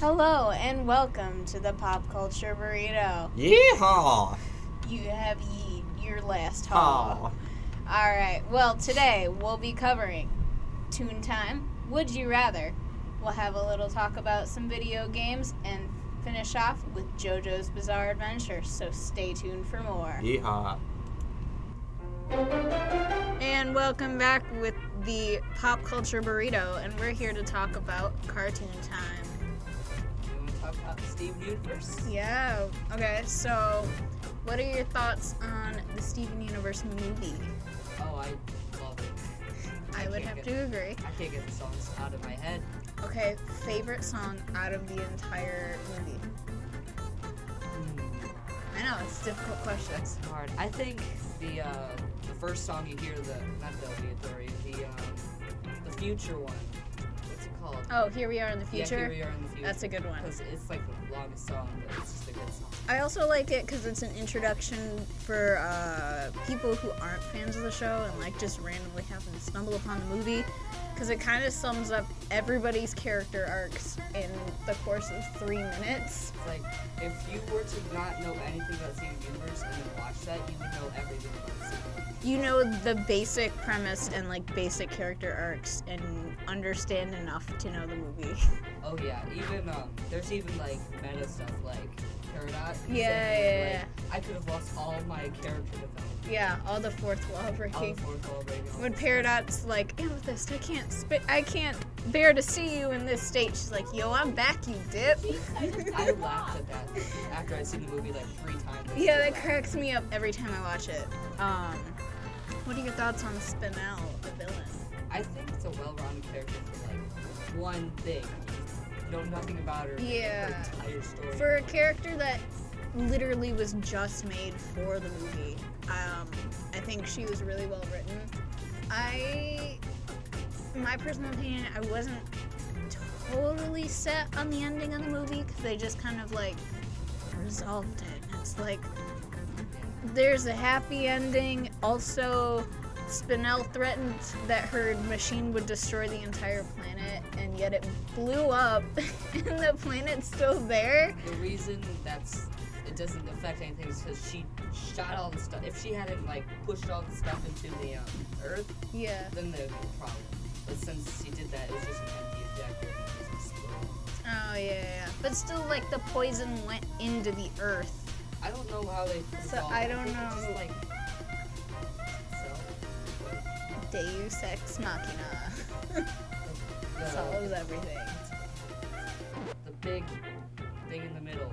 Hello and welcome to the Pop Culture Burrito. Yeehaw! You have ye your last haul. Aw. All right. Well, today we'll be covering Toon Time, Would You Rather. We'll have a little talk about some video games and finish off with JoJo's Bizarre Adventure. So stay tuned for more. Yeehaw. And welcome back with the Pop Culture Burrito, and we're here to talk about Cartoon Time. I'm gonna talk about Steve Universe. Yeah. Okay. So, what are your thoughts on the Steven Universe movie? Oh, I love it. I would have to agree. I can't get the songs out of my head. Okay, favorite song out of the entire movie. Hmm. I know it's difficult questions. That's hard. I think the uh, the first song you hear, the not the obligatory, the um, the future one. What's it called? Oh, here we are in the Yeah, future. here we are in the future. That's a good one. Because it's like the longest song, but it's just a good song. I also like it because it's an introduction for uh, people who aren't fans of the show and like just randomly happen to stumble upon the movie. Because it kind of sums up everybody's character arcs in the course of three minutes. It's like if you were to not know anything about Steven Universe and then watch that, you would know everything about the Steven you know the basic premise and like basic character arcs and understand enough to know the movie. Oh yeah, even um, there's even like meta stuff like Paradox. Yeah, yeah, yeah. I could have lost all my character development. Yeah, all the fourth wall All breaking. the fourth wall breaking. all When this. Peridot's like, Amethyst, I can't spit, I can't bear to see you in this state. She's like, Yo, I'm back, you dip. I laughed at that after I'd seen the movie like three times. I yeah, still that laughed. cracks me up every time I watch it. Um, what are your thoughts on Spinel, the villain? I think it's a well-rounded character for like one thing. You know nothing about her. Yeah. Her entire story. For a character that literally was just made for the movie, um, I think she was really well written. I, my personal opinion, I wasn't totally set on the ending of the movie because they just kind of like resolved it. It's like there's a happy ending. Also, Spinel threatened that her machine would destroy the entire planet, and yet it blew up, and the planet's still there. the reason that's it doesn't affect anything is because she shot all the stuff. If she hadn't like pushed all the stuff into the um, earth, Yeah. then there would be a problem. But since she did that, it was just an empty ejector. and it was exploded. Oh yeah, yeah. But still, like the poison went into the earth. I don't know how they. resolved I it. don't think it's know. Just, like, so, Deus ex machina the- solves everything. the big thing in the middle,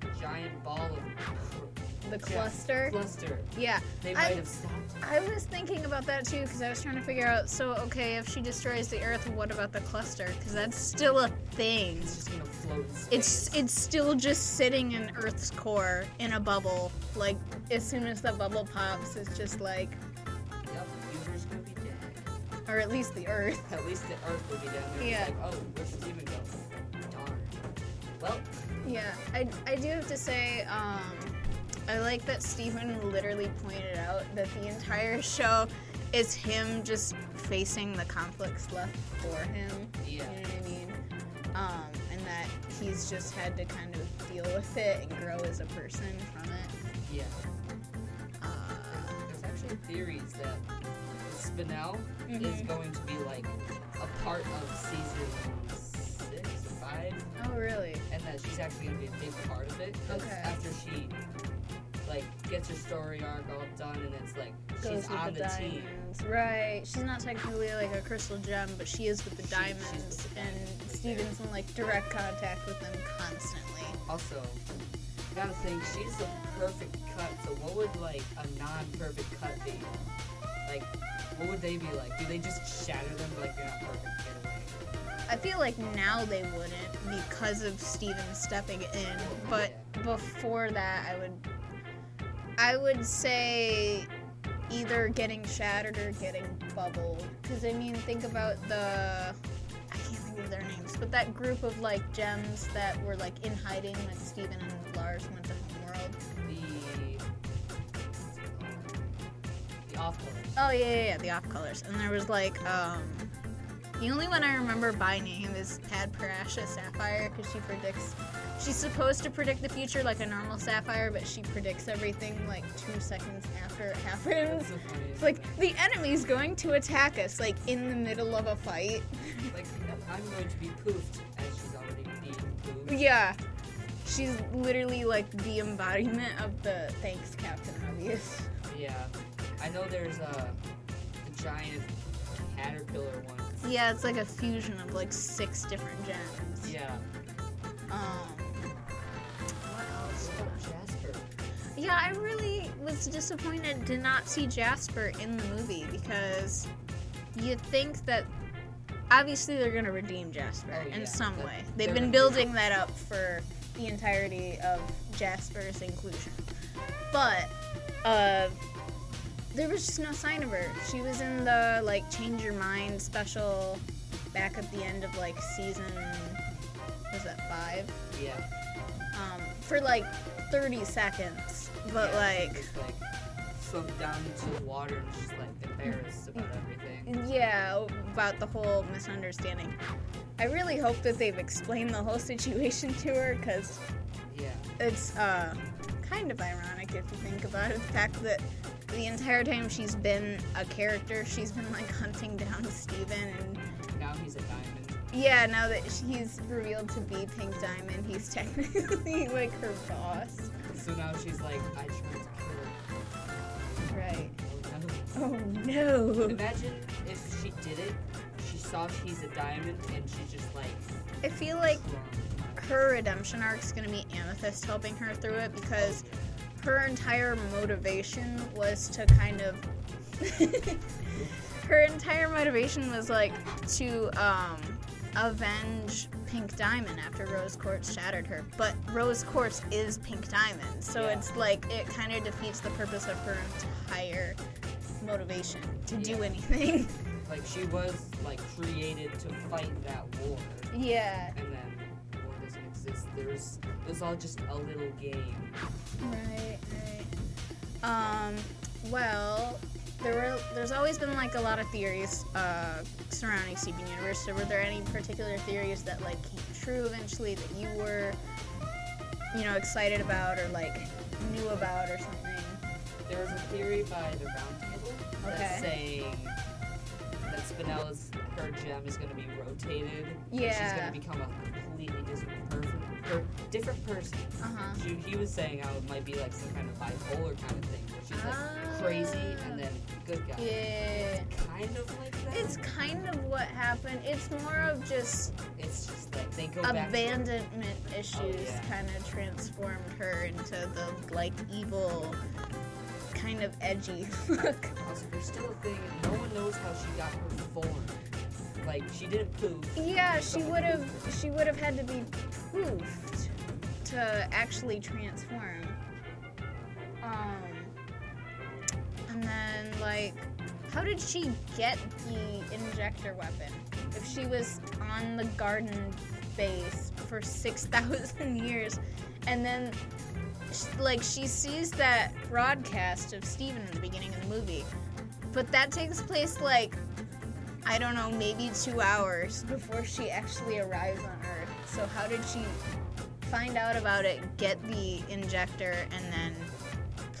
the giant ball of The Yeah, cluster. cluster. Yeah. They might I- have stopped. it. I was thinking about that too because I was trying to figure out. So okay, if she destroys the earth, what about the cluster? Because that's still a thing. It's just gonna float. In space. It's it's still just sitting in Earth's core in a bubble. Like as soon as the bubble pops, it's just like, Yep, Jupiter's gonna be dead. or at least the Earth. At least the Earth will be down there. It's Yeah. Like, oh, where's this even go? Darn. Well, Yeah, I, I do have to say, um, I like that Steven literally pointed out that the entire show is him just facing the conflicts left for him. yeah. You know what I mean? Um, and that he's just had to kind of deal with it and grow as a person from it. Yeah. Uh, There's actually theories that Spinel is Mhm. going to be like a part of season six or five, oh, really? and that she's actually going to be a big part of it. 'cause Okay. After she like gets her story arc all done, and it's like Goes she's with on the, team. diamonds. Right. She's not technically like a crystal gem, but she is with the She- she's diamonds, with the diamonds, and right Steven's in like direct contact with them constantly. Also, gotta think she's the perfect cut. So what would like a non-perfect cut be? Like, what would they be like? Do they just shatter them like you're not perfect? Get away. I feel like now they wouldn't because of Steven stepping in, but before that, I would, I would say, either getting shattered or getting bubbled. Because I mean, think about the, I can't think of their names, but that group of like gems that were like in hiding when Steven and Lars went to Homeworld. the the off colors. Oh yeah, yeah, yeah, the off colors, and there was like um, The only one I remember by name is Tad Parasha Sapphire because she predicts. She's supposed to predict the future like a normal sapphire, but she predicts everything like two seconds after it happens. That's the funniest It's like thing. the enemy's going to attack us, like in the middle of a fight. Like, I'm going to be poofed, as she's already being poofed. Yeah, she's literally like the embodiment of the thanks, Captain Obvious. Yeah. I know there's a the giant caterpillar one. Yeah, it's like a fusion of like six different gems. Yeah. Um, what else? Oh, Jasper. Yeah, I really was disappointed to not see Jasper in the movie because you think that obviously they're going to redeem Jasper Oh, in yeah, some that- way. they're They've been gonna- building that up for the entirety of Jasper's inclusion. But uh there was just no sign of her. She was in the like change your mind special back at the end of like season was that 5? Yeah. um, for like 30 seconds, but yeah, she like, just, like sunk down into the water and just like embarrassed about everything. yeah, about the whole misunderstanding. I really hope that they've explained the whole situation to her because Yeah. it's uh, kind of ironic if you think about it. The fact that the entire time she's been a character, she's been like hunting down Steven and Now he's a diamond. yeah, now that he's revealed to be Pink Diamond, he's technically like her boss. So now she's like, I tried to kill Right. him. Oh, no. Oh no. Imagine if she did it. She saw she's a diamond and she's just like, I feel like slung. her redemption arc is going to be Amethyst helping her through it because her entire motivation was to kind of. her entire motivation was like to um, avenge Pink Diamond after Rose Quartz shattered her. But Rose Quartz is Pink Diamond, so Yeah. it's like it kind of defeats the purpose of her entire motivation to do Yeah. anything. Like she was like created to fight that war, yeah, and then war doesn't exist. There's it was all just a little game. Right, right. Um, well, there were there's always been like a lot of theories uh, surrounding Steven Universe. So were there any particular theories that like came true eventually that you were, you know, excited about or like knew about or something? There was a theory by the Roundtable that's saying that Spinella's her gem is going to be rotated. and she's Yeah. going to become a completely different person. Per, different person. Uh huh. She, he was saying how it might be like some kind of bipolar kind of thing, where she's like crazy and then good guy. Yeah. Kind of like that. It's kind of what happened. It's more of just It's just like they go back. to- Oh, abandonment issues yeah. kind of transformed her into the like evil kind of edgy look Also, there's still a thing. No one knows how she got her form. Like she didn't poof. yeah she would have she would have had to be proofed to actually transform um and then like how did she get the injector weapon if she was on the garden base for 6000 years and then sh- like she sees that broadcast of Steven in the beginning of the movie. But that takes place like I don't know, maybe 2 hours before she actually arrives on Earth. So how did she find out about it, get the injector and then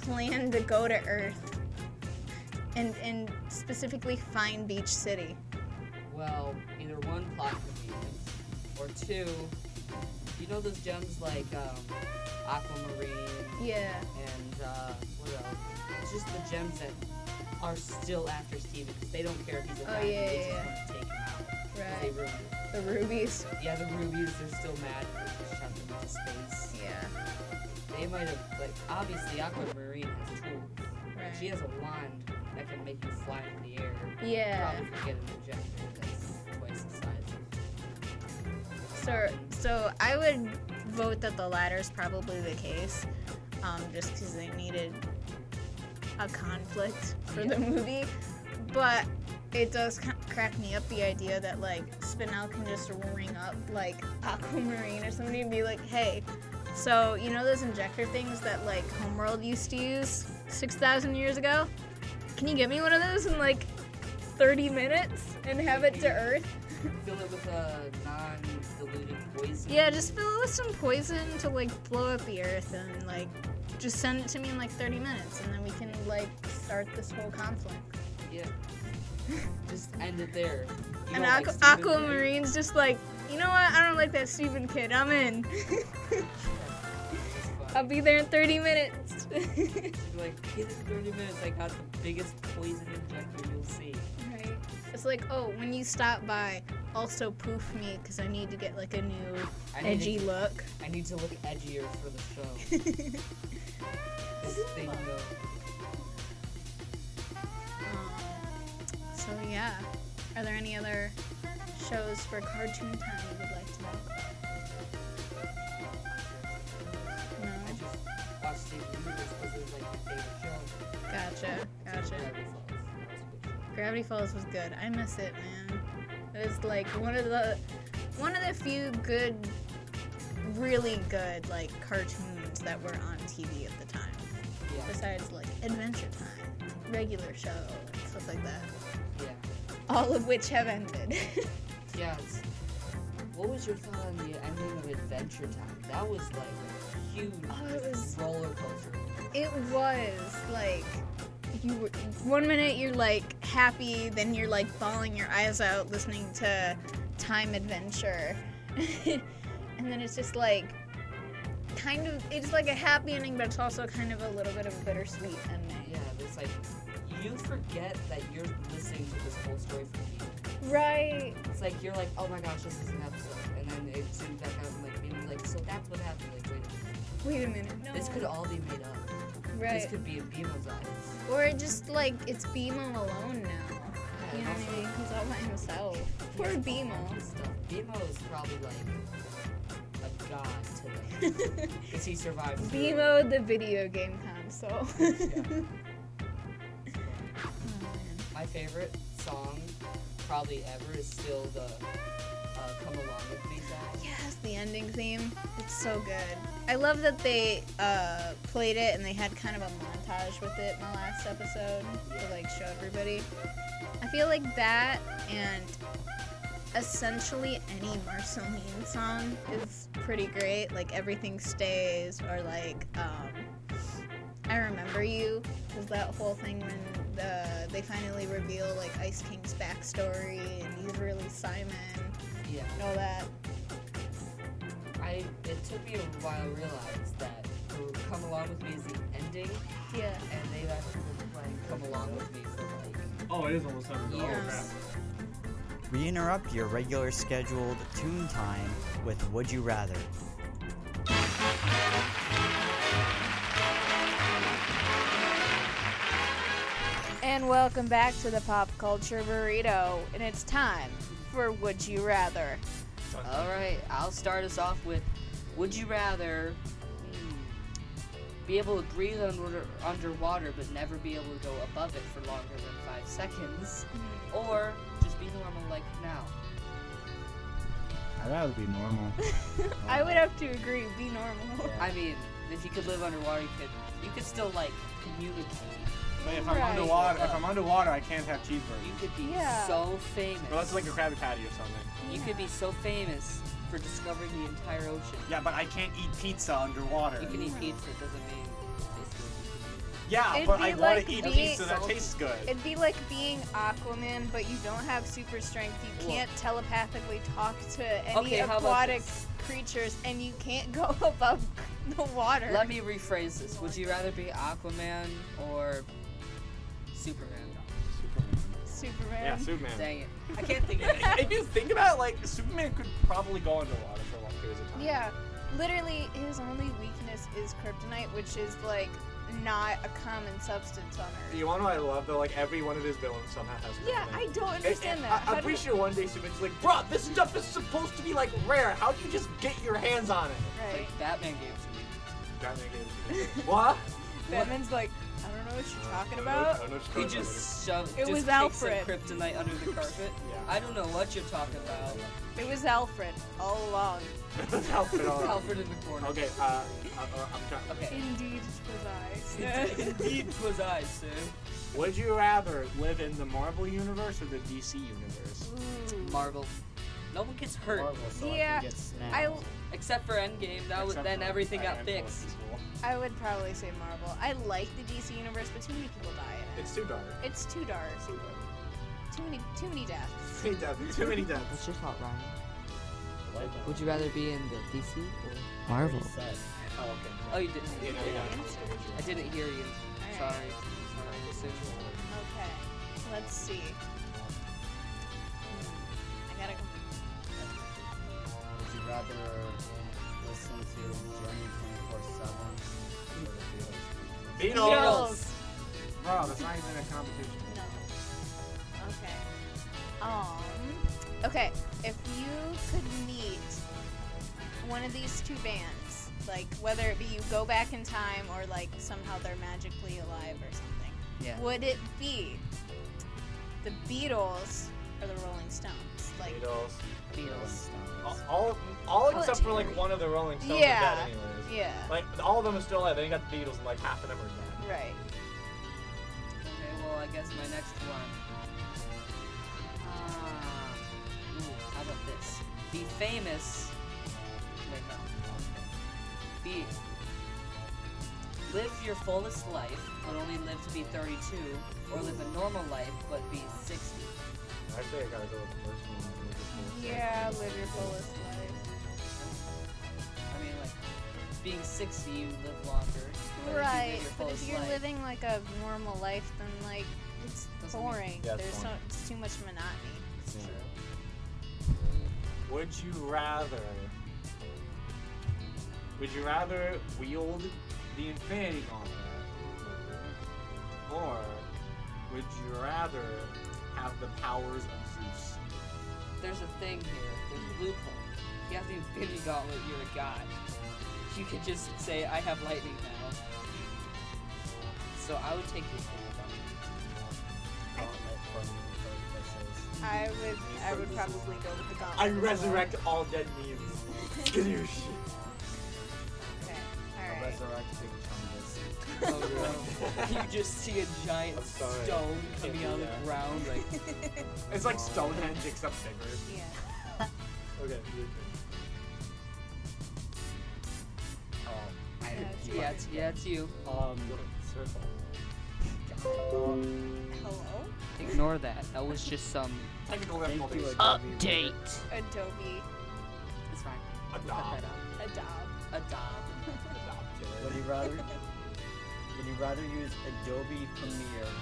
plan to go to Earth and and specifically find Beach City? Well, either one plot convenience, or two. You know those gems like um, aquamarine Yeah. and uh, what else? It's just the gems that are still after Steven because they don't care if he's Oh, a diamond, yeah, They yeah, just want to take him out. 'cause They Right. ruined The rubies. it. Yeah, the rubies. They're still mad. that they Shot them into space. Yeah. They might have like obviously Aquamarine has tools. Right. She has a wand that can make you fly in the air. yeah. Probably could get an injector that's twice the size. So, so I would vote that the latter is probably the case, um, just because they needed a conflict for the movie. But it does ca- crack me up the idea that like Spinel can just ring up like Aquamarine or somebody and be like, "Hey, so you know those injector things that like Homeworld used to use six thousand years ago? Can you get me one of those in like thirty minutes and have it to Earth?" Fill it with a non-diluted poison. Yeah, just fill it with some poison to like blow up the earth and like just send it to me in like 30 minutes and then we can like start this whole conflict. Yeah. Just end it there. You and don't like Aqu- Stephen King? Aquamarine's just like, you know what? I don't like that stupid kid. I'm in. It's fine. I'll be there in 30 minutes. right. She'd be like, "Hey, this is 30 minutes, I got the biggest poison injector you'll see. It's like, oh, when you stop by, also poof me because I need to get like a new I need edgy to- look. I need to look edgier for the show. this thing though. Um, so yeah, are there any other shows for cartoon time you would like to talk about? No. I just watched Steven Universe because it was like my favorite show. Gotcha. So Gotcha. Gravity Falls. Gravity Falls That was a good show. was good. I miss it, man. It was like one of the one of the few good, really good like cartoons that were on TV at the time. Yeah, Besides like Adventure Time, regular show, and stuff like that. yeah. All of which have ended. Yeah. It's, what was your thought on the ending of Adventure Time? That was like a huge Oh, it was- roller coaster. It was like you were one minute you're like happy, then you're like bawling your eyes out listening to Time Adventure. and then it's just like kind of it's like a happy ending but it's also kind of a little bit of a bittersweet ending. Yeah, it's like you forget that you're listening to this whole story from people. Right. It's like you're like, oh my gosh, this is an episode, and then it zooms back out and like maybe like, so that's what happened. Like, wait, a minute. Wait a minute. No. this could all be made up. right. This could be a Beamel's eyes. or it just like it's Beemo alone now. You Yeah, and know also, what I mean? He's all by himself. Poor all this Stuff. Beemo is probably like a god to them Beemo. because he survived. through it. Beemo the video game console. My favorite song, probably ever, is still the uh, "Come Along with Me" song. yes, the ending theme. It's so good. I love that they uh, played it and they had kind of a montage with it in the last episode to like show everybody. I feel like that and essentially any Marceline song is pretty great. Like Everything Stays or like um, I Remember You was that whole thing when the, they finally reveal like Ice King's backstory and he's really Simon. Yeah, and all that. I. It took me a while to realize that "Come Along with Me" is the ending, Yeah. and they've actually been playing "Come Along with Me" for like Oh, it is almost time. Oh, years. crap. We interrupt your regular scheduled tune time with Would You Rather. And welcome back to the Pop Culture Burrito, and it's time for Would You Rather. All right, I'll start us off with Would you rather hmm, be able to breathe under, underwater but never be able to go above it for longer than five seconds? Or just be normal like now? I'd rather be normal. I would have to agree, be normal. I mean, if you could live underwater, you could, you could still, like, communicate. But if I'm Right. underwater, if I'm underwater, I can't have cheeseburgers. You could be Yeah. so famous. Well, Oh, that's like a Krabby Patty or something. you could be so famous for discovering the entire ocean. Yeah, but I can't eat pizza underwater. You can eat pizza, it doesn't mean it's good. Yeah, It'd but be I want like to eat being- pizza that tastes good. It'd be like being Aquaman, but you don't have super strength. You Well- can't telepathically talk to any Okay, how about aquatic this? creatures, and you can't go above the water. Let me rephrase this. Would you rather be Aquaman or Superman? Superman. yeah, Superman. Dang it. I can't think of it. if you think about it, like Superman could probably go underwater for long periods of time. Yeah, literally, his only weakness is kryptonite, which is like not a common substance on Earth. You want to know what I love though? Like every one of his villains somehow has. Yeah, kryptonite. I don't And- understand and that. I, How am do- pretty sure one day Superman's like, bro, this stuff is supposed to be like rare. How do you just get your hands on it? Right. Like Batman gave it to me. Batman gave it to me. what? Batman's like, I don't know what you're talking Uh, I about. don't know what you're He talking just shoved. It just was kicked some Alfred. kryptonite under the carpet. Yeah. I don't know what you're talking about. It was Alfred all along. about. Help it all. Alfred in the corner. Okay, uh, I'm, I'm trying. Okay. Indeed, it Indeed was I, sir. Would you rather live in the Marvel universe or the DC universe? Ooh. Marvel. No one gets hurt. Marvel, so I can Mm, Yeah, get snapped. I, Except for Endgame, that was Except then for everything a got handful of fixed. people. I would probably say Marvel. I like the DC universe, but too many people die in it. It's too dark. It's too dark. Too dark. Too many, too many deaths. Too many deaths. Too many deaths. What's your thought, Ryan? I like that. Would you rather be in the DC or I Marvel? already said. Oh, okay. Oh, you didn't. You know, yeah. I didn't hear you. Alright. Sorry. Sorry. Soon. Okay, let's see. Hmm, I gotta. Would you rather listen to Journey 24 7 or the Beatles? Beatles. Bro, that's not even a competition. No. Okay. Um. Okay. If you could meet one of these two bands, like whether it be you go back in time or like somehow they're magically alive or something, Yeah. would it be the Beatles or the Rolling Stones? Like, Beatles. Beatles. Oh. All, all, all Oh, except for like Terry. one of the Rolling Stones Yeah. are dead, anyways. yeah. Like all of them are still alive. Then you got the Beatles, and like half of them are dead. Right. Okay, well, I guess my next one. Ah. Ooh, how about this? Be famous. Wait, no. Be. Live your fullest life, but only live to be 32, or live a normal life, but be 60. Actually, I gotta go with the first one. Just go with Yeah, live your fullest life. I mean, like, being 60, you live longer. but if you live Right, your but if fullest you're life- living like a normal life, then like it's Doesn't make- boring. Yeah, it's There's boring. so it's too much monotony. It's true. Would you rather? Would you rather wield the Infinity Gauntlet, or would you rather have the powers of Zeus? There's a thing here. There's a loophole. If you have the Infinity Gauntlet, you're a god. You could just say, I have lightning now. So I would take the Infinity Gauntlet. I would I would probably go with the gauntlet. I as well. resurrect all dead memes. Skadoosh. A Okay. All right. resurrected Chungus. Oh, no. you just see a giant I'm sorry. stone coming Can't out do of the that. ground. Like, It's like Stonehenge except bigger. Yeah. Okay. yeah, it's, yeah, it's you. Um, Circle. um, Hello, Ignore that. That was just some Technical thank you, difficulties. Adobe. Adobe It's fine. We cut Adopt. that out. Adobe. Adob. Would you rather? would you rather use Adobe Premiere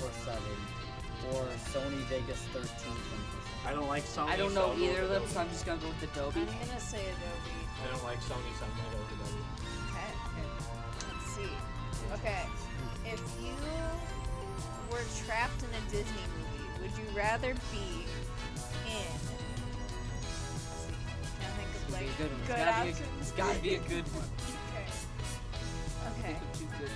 24/7 or Sony Vegas 13 24/7? I don't like Sony. I don't know so I'm either of them, gonna so I'm just gonna go with Adobe. I'm gonna say Adobe. go- I don't like Sony, so I'm gonna go with Adobe. Okay. Let's see. Okay. If you were trapped in a Disney movie, would you rather be in? Let's see. Can I think of It's gonna be a good one. like It's good gotta be a- options? It's gotta be a good one. Okay. Okay. Think of two good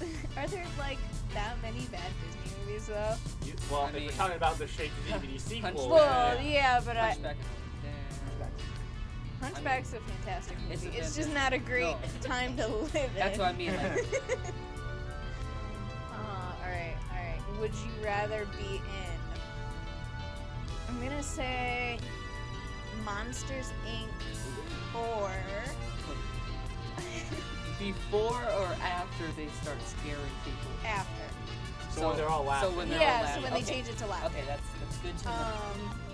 movies out there. Are there like that many bad Disney movies though? You, well, I if mean- we're talking about the Shake the DVD Oh, sequel, Well, then- yeah, but I, Hunchback of Notre Dame. Hunchback's a fantastic movie. It's, It's a just not a great No. time to live in. That's what I mean. Like, Uh, all right, all right. Would you rather be in? I'm gonna say Monsters Inc. or before or after they start scaring people. after. So, when they're all laughing. So when they're all yeah, so laughing. when they okay. change it to laughter. Okay, that's that's good to know. Um,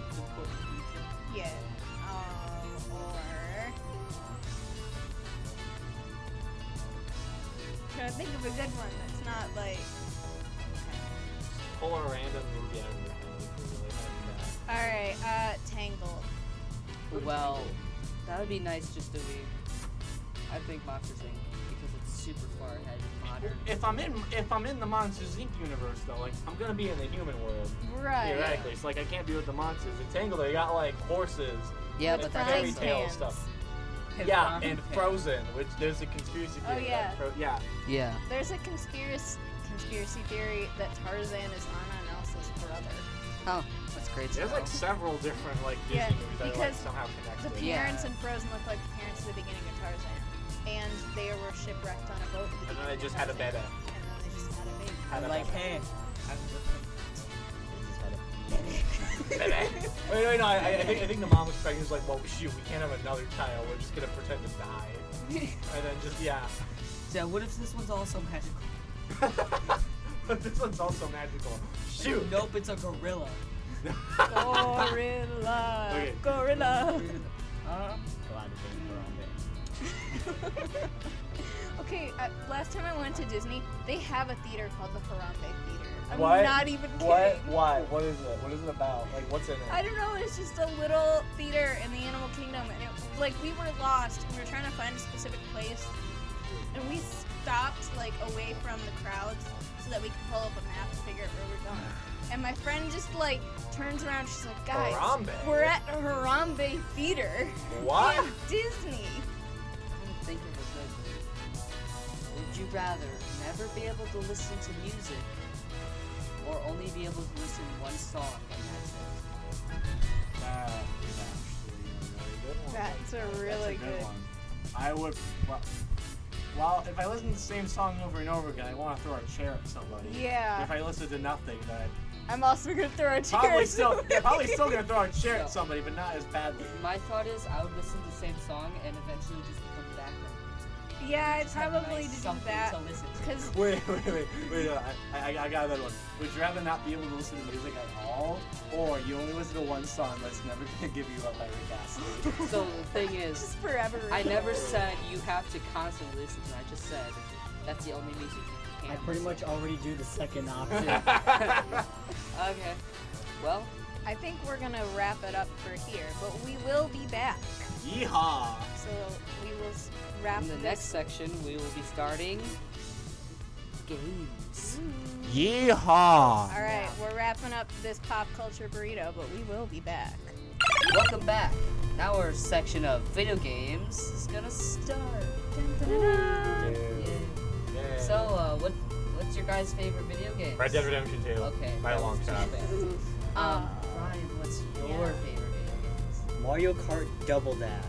It's important to know. yeah. Um, or. Trying to think of a good one that's not like. pull a random movie out of your head if you're really having that. All right, uh, Tangled. Well, that would be nice just to be. I think Monsters Inc. because it's super far ahead of modern. If I'm in, if I'm in the Monsters Inc. universe though, like I'm gonna be in the human world Right. theoretically. It's like I can't be with the monsters. In Tangled, they got like horses. Yeah, but but With that's frying fairy that's tale pans. stuff. Yeah, and Frozen, which there's a conspiracy Oh, theory. yeah. That Fro- yeah. Yeah. There's a conspiracy conspiracy theory that Tarzan is Anna and Elsa's brother. Oh, that's great. There's like several different like Disney Yeah, movies that are like because somehow The connected. Yeah. parents in Frozen look like the parents at the beginning of Tarzan, and they were shipwrecked on a boat. And then At the beginning they of just had a Tarzan, baby. And then they just had a baby. Had a like, baby. hey, I would- They just had a- Wait, wait, no, I, I, I think, I think the mom was pregnant. She was like, well, shoot, we can't have another child. We're just going to pretend to die. And then just, yeah. so what if this one's also magical? but this one's also magical. Shoot. Nope, it's a gorilla. Oh, Gorilla. Okay. Gorilla. Um, Glad to think we're on it. okay, uh, last time I went to Disney, they have a theater called the Harambe Theater. I'm What? not even kidding. What? Why? What is it? What is it about? Like, what's in it? I don't know. It's just a little theater in the animal kingdom, and it like we were lost. and We were trying to find a specific place, and we stopped like away from the crowds so that we could pull up a map to figure out where we're going. And my friend just like turns around. She's like, "Guys, Harambe? Ah. we're at Harambe Theater What? in Disney." I don't think it was good. Would you rather never be able to listen to music or only be able to listen to one song and that's it? That is actually a really good one. That's a That's a really good, one. I would. Well, well, if I listen to the same song over and over again, I want to throw a chair at somebody. Yeah. If I listen to nothing, then I'd I'm also gonna throw a chair. probably still, yeah, probably still gonna throw a chair No. at somebody, but not as badly. My thought is I would listen to the same song and eventually just become background music. Yeah, I Just have a probably nice do something that to listen to. because Wait, wait, wait, wait! No, I, I, I got that one. Would you rather not be able to listen to music at all, or you only listen to one song that's never gonna give you up by Rick Astley? So the thing is, just forever. I never said you have to constantly listen. I just said that's the only music you I can. pretty much already do the second option. Okay. Well, I think we're gonna wrap it up for here, but we will be back. Yeehaw! So we will s- wrap in the this. next section we will be starting games. Yeehaw! All right, we're wrapping up this pop culture burrito, but we will be back. Welcome back. Now our section of video games is gonna start. Dun-dun-dun. Yeah. Yeah. So, uh, what what's your guys' favorite video game? Red Dead Redemption 2. Okay. By a that long was too shot. fast. Um, Ryan, what's your Yeah. favorite video games? Mario Kart Double Dash.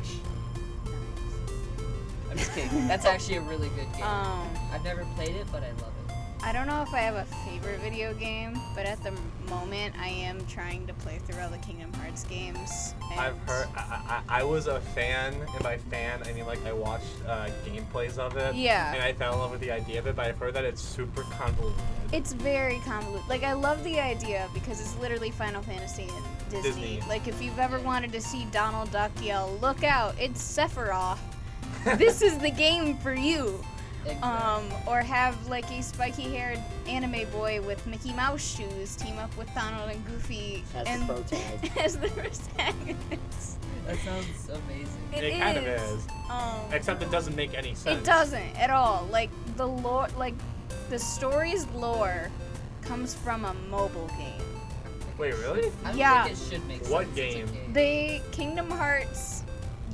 I'm just kidding. That's actually a really good game. Um, I've never played it, but I love it. I don't know if I have a favorite video game, but at the moment, I am trying to play through all the Kingdom Hearts games. And I've heard. I, I, I was a fan, and by fan I mean like I watched uh, gameplays of it. Yeah. And I fell in love with the idea of it, but I've heard that it's super convoluted. It's very convoluted. Like I love the idea because it's literally Final Fantasy and Disney. Disney. Like if you've ever wanted to see Donald Duck yell, "Look out! It's Sephiroth!" this is the game for you. Exactly. Um, or have like a spiky-haired anime boy with Mickey Mouse shoes team up with Donald and Goofy As the and pro tag. as the protagonist. that sounds amazing. It, kind of is, Um, except it doesn't make any sense. it doesn't at all. Like the lore, like the story's lore, comes from a mobile game. Wait, really? I don't Yeah. think it should make What sense. It's a game? The Kingdom Hearts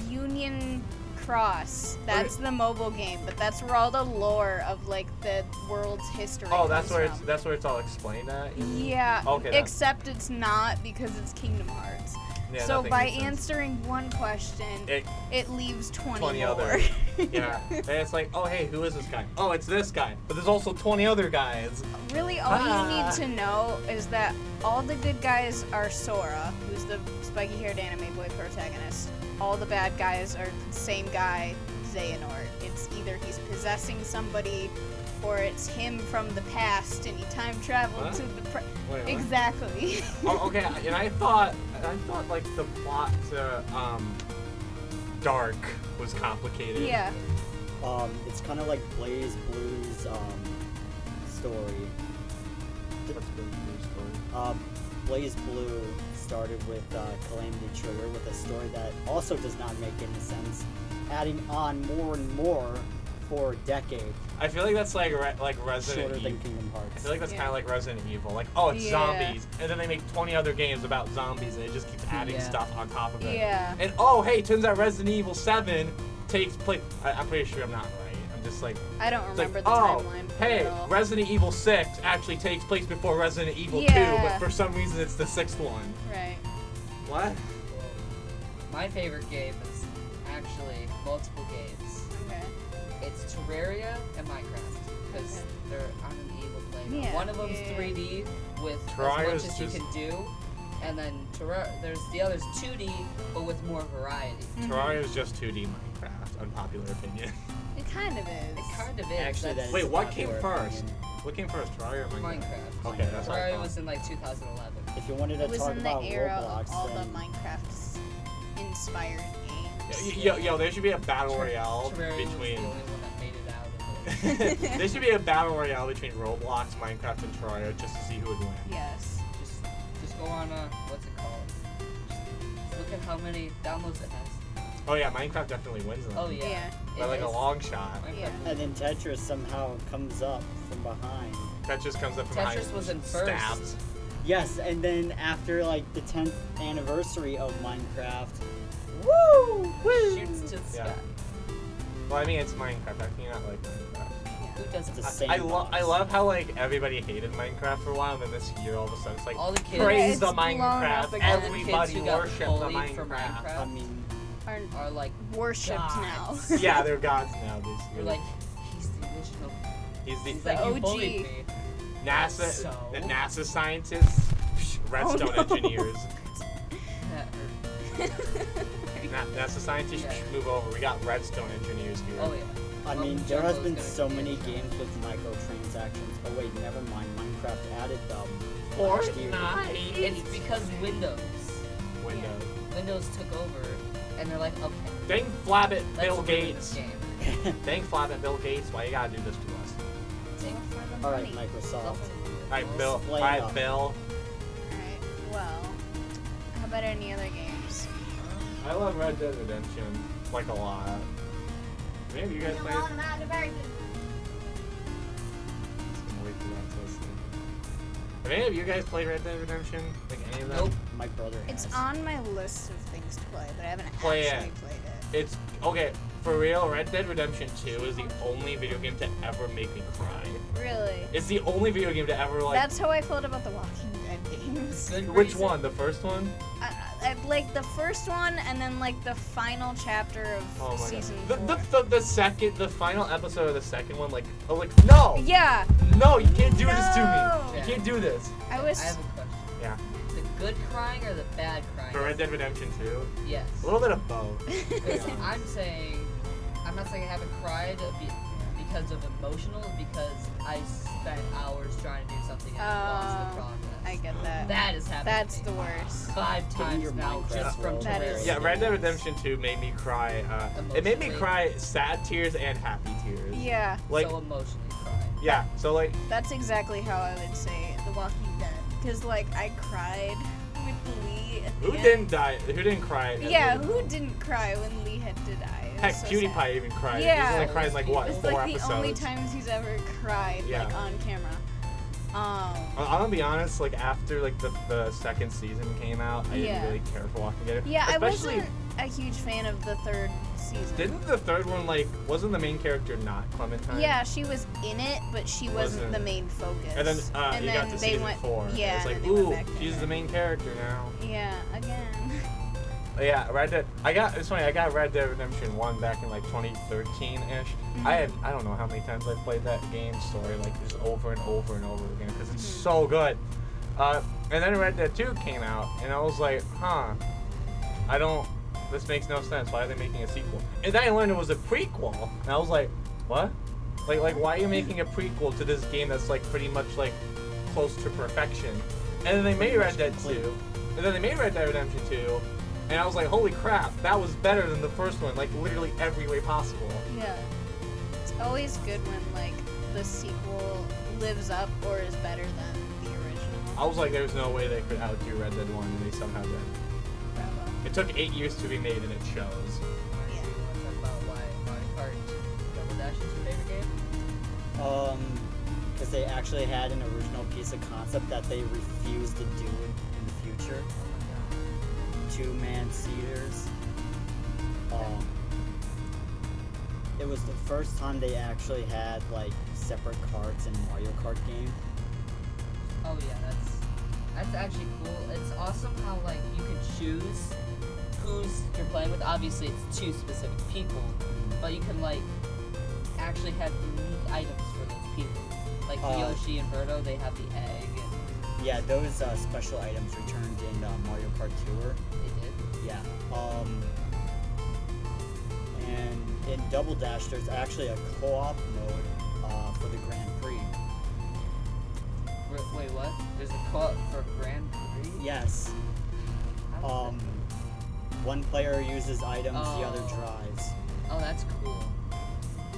Union Cross. That's the mobile game, but that's where all the lore of like the world's history. Oh, that's comes where it's from. that's where it's all explained at. yeah. Okay, then. Except it's not because it's Kingdom Hearts. Yeah, so nothing by makes sense. answering one question, it, It- leaves twenty, 20 more. other- yeah, and it's like, oh hey, who is this guy? Oh, it's this guy. But there's also 20 other guys. really, all Ah. you need to know is that all the good guys are Sora, who's the spiky-haired anime boy protagonist. All the bad guys are the same guy, Xehanort. It's either he's possessing somebody, or it's him from the past, and he time traveled Huh? to the pre- Wait, what? exactly. oh, okay, and I thought I thought like the plot to um, Dark was complicated. yeah, Um, it's kind of like Blaze Blue's um, story. What's been used Uh, Blaze Blue started with uh, Calamity Trigger with a story that also does not make any sense, adding on more and more for a decade, for- I feel like that's like re- like Resident shorter than Evil. Kingdom Hearts. I feel like that's Yeah. kind of like Resident Evil. Like, oh, it's Yeah. zombies, and then they make 20 other games about zombies, and it just keeps adding Yeah. stuff on top of it. yeah. And oh, hey, turns out Resident Evil 7 takes place. I- I'm pretty sure I'm not right. I'm just like, I don't it's like, remember the oh, timeline. for it hey, all. Resident Evil 6 actually takes place before Resident Evil 2, Yeah. but for some reason it's the sixth one. right. What? My favorite game is actually multiple games. Okay. It's Terraria and Minecraft because Okay. they're on an evil plane. Yeah. One of them's Yeah. 3D with Terraria's as much as just- you can do, and then Terra- there's the other's 2D, but with more variety. Terraria is just 2D Minecraft. Unpopular opinion. It kind of It is. kind of is. Actually, that that's is Wait, what came popular first? opinion. What came first, Terraria or Minecraft? Minecraft. Okay, that's what I Terraria thought. was in like 2011. If you wanted to It was talk in the about era Roblox, of all the then Minecraft inspired Yo, games. yo, yo, there should be a battle royale Terraria was the only between. one that made it out. Of it. there should be a battle royale between Roblox, Minecraft, and Terraria just to see who would win. Yes. just, just go on. Uh, what's it called? Just look at how many downloads it has. Oh yeah, Minecraft definitely wins them. Oh yeah. Yeah. By it like a is- long shot. Minecraft Yeah. was- and then Tetris somehow comes up from behind. That just comes up from Tetris high and was in first. stabs. Yes, and then after like the 10th anniversary of Minecraft, Woo! Shoots to the Yeah. sky. Well, I mean, it's Minecraft. How can you not like Minecraft? Who doesn't? the I- same. I, lo- I love how like everybody hated Minecraft for a while, and then this year all of a sudden it's like All the kids- Yeah, it's praise the blown up Minecraft. again. All the kids Everybody who got worship the bullied for Minecraft. I mean, Are Are like, worshipped Gods. now. yeah, they're gods now. This you're year. like, he's the original. he's the He's like, you OG. bullied me. NASA, So? Oh, the NASA scientists, psh, redstone no. engineers. That hurt. Na- NASA scientists Yeah. psh, move over. We got redstone engineers here. Oh yeah. I Well, mean, there has Jumbo's been gonna so be many a shot. games with microtransactions. Oh wait, never mind. Minecraft added them. last year. It's because Windows. Windows. Windows took over, and they're like, okay, Thank Flabbit, let's Bill ruin this Gates. game. Thank Flabbit, Bill Gates. Why you gotta do this to us? All right, Microsoft. All right, Bill. Explain Bye, that. Bill. Alright, well, how about any other games? I love Red Dead Redemption like a lot. Maybe you guys play. it? Wait for that to listen. Have any of you guys played Red Dead Redemption? Like any of them? Nope. My brother It's has. on my list of things to play, but I haven't Play actually it. played it. It's okay for real. Red Dead Redemption 2 is the only video game to ever make me cry. Really? It's the only video game to ever like. That's how I felt about the Walking Dead games. Good which reason. one? The first one? I, I, like the first one, and then like the final chapter of Oh my season god. The, four. the, the, the second, the final episode of the second one, like, oh, like, no, yeah, no, you can't do this to No. me. You can't do this. I was. I have a question. Yeah. The good crying or the bad crying? For Red Dead Redemption 2, Yes. a little bit of both. Because I'm saying, I'm not saying I haven't cried be- because of emotional, because I spent hours trying to do something and I lost the Oh, progress. I get that. that has happened. That's to the me worst. Five times your now, Minecraft just from world. That is- Terraria. Yeah, Red Dead Redemption 2 made me cry. Uh, it made me Emotionally. cry sad tears and happy tears. Yeah, Like, so emotionally cried. yeah, so like, that's exactly how I would say the Walking Dead, because like I cried with Lee. At the who end. didn't die? Who didn't cry? at Yeah, the- who didn't cry when Lee had to die? It was Heck, so PewDiePie sad. even cried. Yeah. He's only cried in like what It's four like episodes. the only times he's ever cried like Yeah. on camera. Um, I- I'm gonna be honest. Like after like the, the second season came out, I Yeah. didn't really care for Walking Dead. yeah, especially I wasn't a huge fan of the third season. didn't the third one like wasn't the main character not Clementine? Yeah, she was in it, but she wasn't, Wasn't. the main focus. And then uh, And you then got to they season went- four. and yeah, it's like and then they went ooh, back to she's her. the main character now. Yeah, again. Yeah, Red Dead. I got it's funny. I got Red Dead Redemption One back in like 2013 ish. I had I don't know how many times I played that game story like just over and over and over again because it's so good. Uh, and then Red Dead Two came out, and I was like, huh, I don't. This makes no sense. Why are they making a sequel? And then I learned it was a prequel, and I was like, what? Like like why are you making a prequel to this game that's like pretty much like close to perfection? And then they made Red Dead Two, and then they made Red Dead Redemption Two. And I was like, holy crap, that was better than the first one, like literally every way possible. Yeah. It's always good when like the sequel lives up or is better than the original. I was like, there's no way they could outdo Red Dead 1, and they somehow did. Bravo. It took eight years to be made, and it shows. You Yeah. want to talk about why Mario Kart Double Dash is your favorite game? Um, because they actually had an original piece of concept that they refused to do in the future. Oh my god. Two man cedars. Um, it was the first time they actually had like separate carts in Mario Kart game. Oh yeah, that's that's actually cool. It's awesome how like you can choose who's you're playing with. Obviously, it's two specific people, but you can like actually have unique items for those people. Like Uh, Yoshi and Birdo, they have the egg. And yeah, those uh, special items returned in uh, Mario Kart Tour. They did. Yeah. Um, and in Double Dash, there's actually a co-op mode uh, for the Grand Prix. Wait, wait, what? There's a co-op for Grand Prix. Yes. How Um, does one player uses items, the other Oh. drives. that- Oh, that's cool.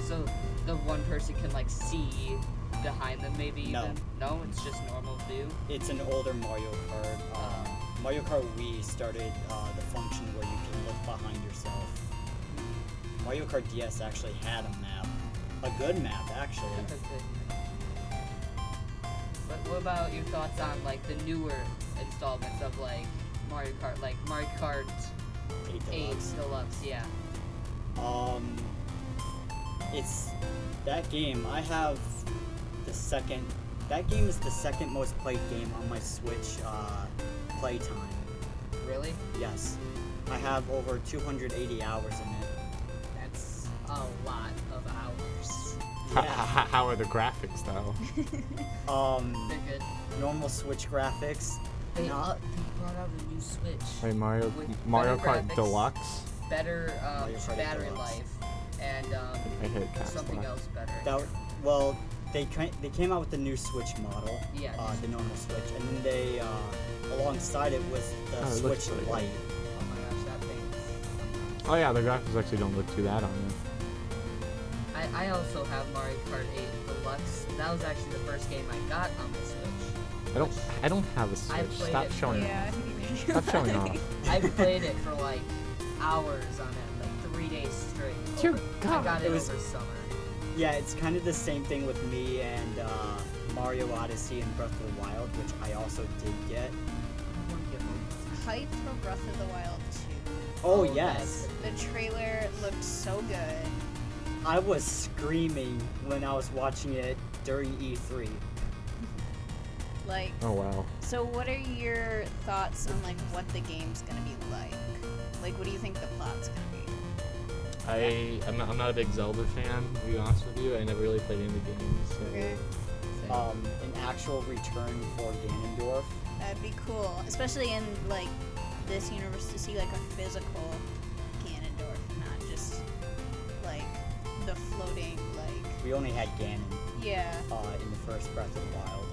So the one person can like see behind them, maybe No. even. No, it's just normal view. It's an older Mario Kart. Uh, Mario Kart Wii started uh, the function where you can look behind yourself. Mario Kart DS actually had a map, a good map actually. But what about your thoughts on like the newer installments of like Mario Kart, like Mario Kart Eight 8 Deluxe. Deluxe? Yeah. Um, it's that game. I have the second. That game is the second most played game on my Switch uh, playtime. Really? Yes, I have over 280 hours in it. That's a lot of hours. Yeah. How are the graphics though? um, They're good. normal Switch graphics. They, Not- they brought out a new Switch. Wait, Mario With Mario better Kart graphics. Deluxe. Better um, Mario Kart battery Deluxe. life and um, I hit that something one. else better. That well, they ki- they came out with the new Switch model. Yeah. Uh, the normal Switch, and then they uh, alongside it was the Oh, it looks Switch really good. Lite. oh my gosh, that thing. Oh yeah, the graphics actually don't look too bad on it. I, I also have Mario Kart 8 Deluxe. That was actually the first game I got on the Switch. I don't I don't have a Switch. played Stop it. showing Yeah, I think you off. Stop showing off. I played it for like hours on it, like three days straight. Dear Over- I Oh God, got it, it was- over summer. Yeah, it's kind of the same thing with me and uh, Mario Odyssey and Breath of the Wild, which I also did get. Hype for Breath of the Wild 2. Oh, Oh, yes, The trailer looked so good. I was screaming when I was watching it during E E3. Like, Oh wow. so what are your thoughts on like what the game's gonna be like? Like, what do you think the plot's gonna be? I I'm not, I'm not a big Zelda fan. To be honest with you, I never really played any games. So. Okay. Um, an actual return for Ganondorf. That'd be cool, especially in like this universe to see like a physical Ganondorf, not just like the floating like We only had Ganon yeah. uh, in the first Breath of the Wild.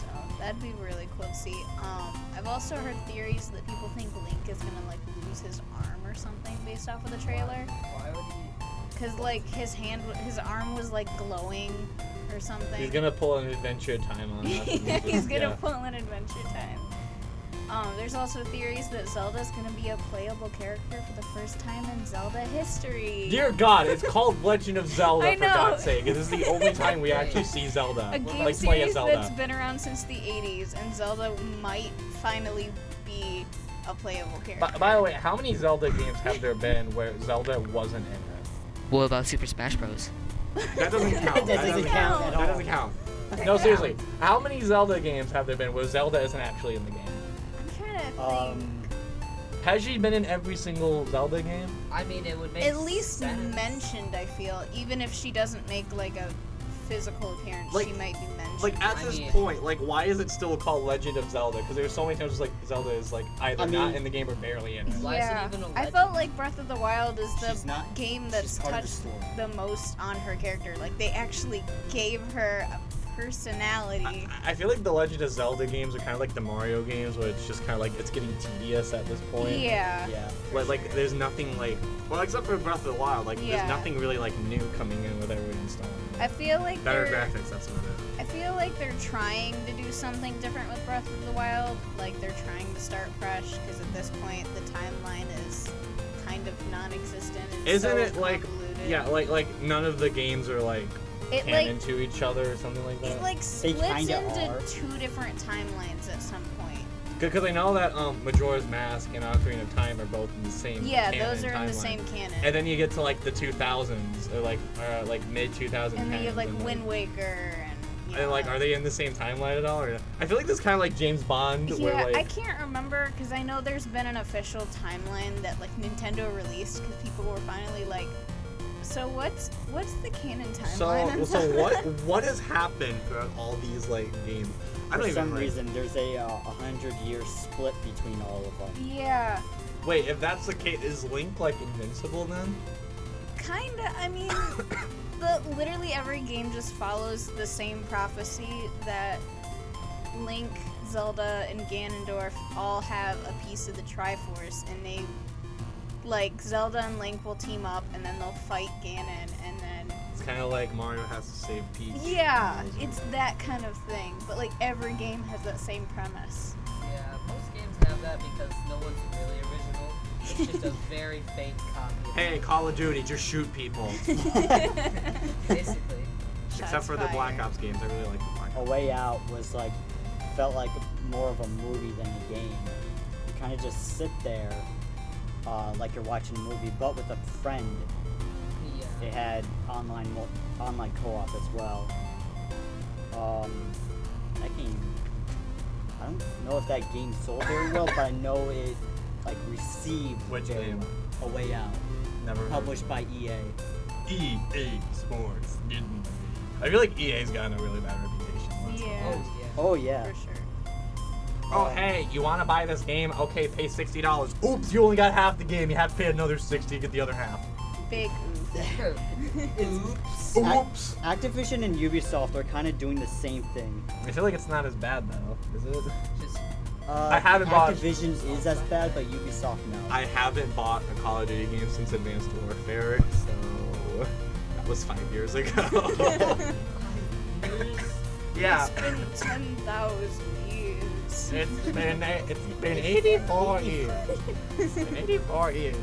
So that'd be really cool to see. Um, I've also heard theories that people think Link is gonna like lose his arm or something based off of the trailer, Why would he? cause like his hand, w- his arm was like glowing or something. He's gonna pull an adventure time on us. He's gonna Yeah. pull an adventure time. Um, there's also theories that Zelda's gonna be a playable character for the first time in Zelda history. Dear God, it's called Legend of Zelda I for know. God's sake. This is the only time we actually see Zelda. a game like play a series Zelda. that's been around since the 80s, and Zelda might finally be a playable character. By, by the way, how many Zelda games have there been where Zelda wasn't in it? What about Super Smash Bros? That doesn't count. That doesn't count at all. count. No, seriously. How many Zelda games have there been where Zelda isn't actually in the game? I'm trying to think. Um, Has she been in every single Zelda game? I mean, it would make At least sense. mentioned, I feel, even if she doesn't make like a physical appearance, Like- she might be mentioned. Like at I this mean- point, like why is it still called Legend of Zelda? Because there's so many times like Zelda is like either I mean- not in the game or barely in it. Why is it even a I felt like Breath of the Wild is the She's not- game she's that's part of the touched story. the most on her character. Like they actually gave her a personality. I feel like the Legend of Zelda games are kind of like the Mario games, where it's just kind of like it's getting tedious at this point. yeah. yeah. But like, there's nothing like, well, except for Breath of the Wild, like Yeah. there's nothing really like new coming in with every installment. I feel like Better they're graphics, that's what it is. I feel like they're trying to do something different with Breath of the Wild. Like they're trying to start fresh because at this point the timeline is kind of non-existent. It's Isn't so it like, convoluted. yeah, like like none of the games are like It canon like to each other or something like it that. like splits kinda into are. two different timelines at some point. Because I know that um, Majora's Mask and Ocarina of Time are both in the same. Yeah, canon those are in the timeline. same canon. And then you get to like the 2000s or like uh, like mid 2010s. and then you have like and, Wind Waker and. you And know, like, are they in the same timeline at all? Or I feel like this is kind of like James Bond, where Yeah, like I can't remember because I know there's been an official timeline that like Nintendo released because people were finally like So what's what's the canon timeline? So, on well, so that? what what has happened throughout all these like games? I don't For even some like, reason, there's a uh, a hundred year split between all of them. Yeah, Wait, if that's the case, is Link like invincible then? kinda. I mean, the literally every game just follows the same prophecy that Link, Zelda, and Ganondorf all have a piece of the Triforce, and they like Zelda and Link will team up, and then they'll fight Ganon, and then It's kind of like Mario has to save Peach. yeah, it's that kind of thing. But like every game has that same premise. Yeah, most games have that because no one's really original. It's just a very fake copy. Of Hey, Call of Duty, just shoot people. basically. Except for the Black Ops games, I really like the Black A Ops. Way Out was like felt like more of a movie than a game. You kind of just sit there uh, like you're watching a movie, but with a friend. uh, Yeah. It had online mul- online co-op as well. Um, that game. I don't know if that game sold very well, but I know it like received Which very game? well. A Way Out, Never heard. published by E EA. EA E Sports. didn't they? I feel like EA's gotten a really bad reputation. Let's- Yeah, Oh yeah. Oh yeah. for sure. Oh hey, you want to buy this game? Okay, pay sixty dollars. Oops, you only got half the game. You have to pay another sixty to get the other half. Big Oops. Activision and Ubisoft are kind of doing the same thing. I feel like it's not as bad though, is it? Just Uh, I haven't bought- Activision is as bad, but Ubisoft no. I haven't bought a Call of Duty game since Advanced Warfare, so that was five years ago. yeah, It's been 10,000 years. it's been it's been 84 years. It's been 84 years.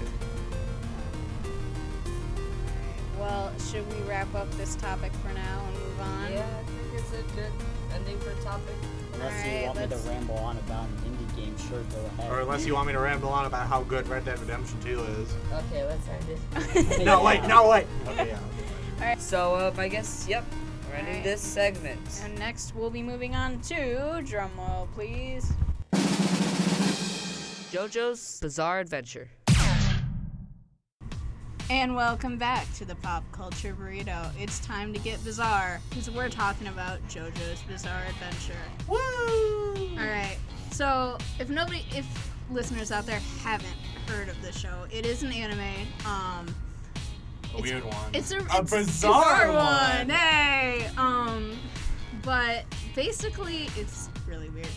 Well, should we wrap up this topic for now and move on? yeah, I think it's a good ending for a topic. Unless Alright, you want me let's- to ramble on about an indie game, sure, go ahead. Or unless you want me to ramble on about how good Red Dead Redemption 2 is. Okay, let's end it. No, wait, no, wait. Okay, yeah. So, um, I guess, yep, we're ending Alright. this segment. And next, we'll be moving on to drumroll, please. JoJo's Bizarre Adventure. And welcome back to the Pop Culture Burrito. It's time to get bizarre because we're talking about JoJo's Bizarre Adventure. Woo! All right. So, if nobody, if listeners out there haven't heard of the show, it is an anime. Um, A weird one. It's a, A it's bizarre one. Hey, um, but basically, it's really weird.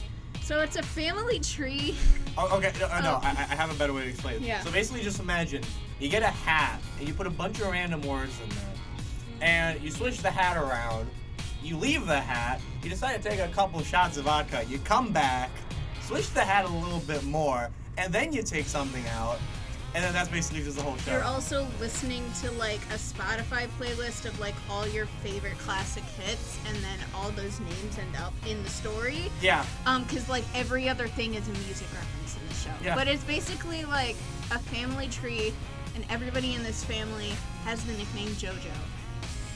So it's a family tree. Oh, okay, no, no I, I have a better way to explain it. Yeah. So basically, just imagine you get a hat and you put a bunch of random words in there, and you switch the hat around. You leave the hat. You decide to take a couple shots of vodka. You come back, switch the hat a little bit more, and then you take something out, and then that's basically just the whole show. You're also listening to like a Spotify playlist of like all your favorite classic hits, and then all those names end up in the story. yeah, Um, because like every other thing is a music reference in the show. Yeah. But it's basically like a family tree, and everybody in this family has the nickname JoJo.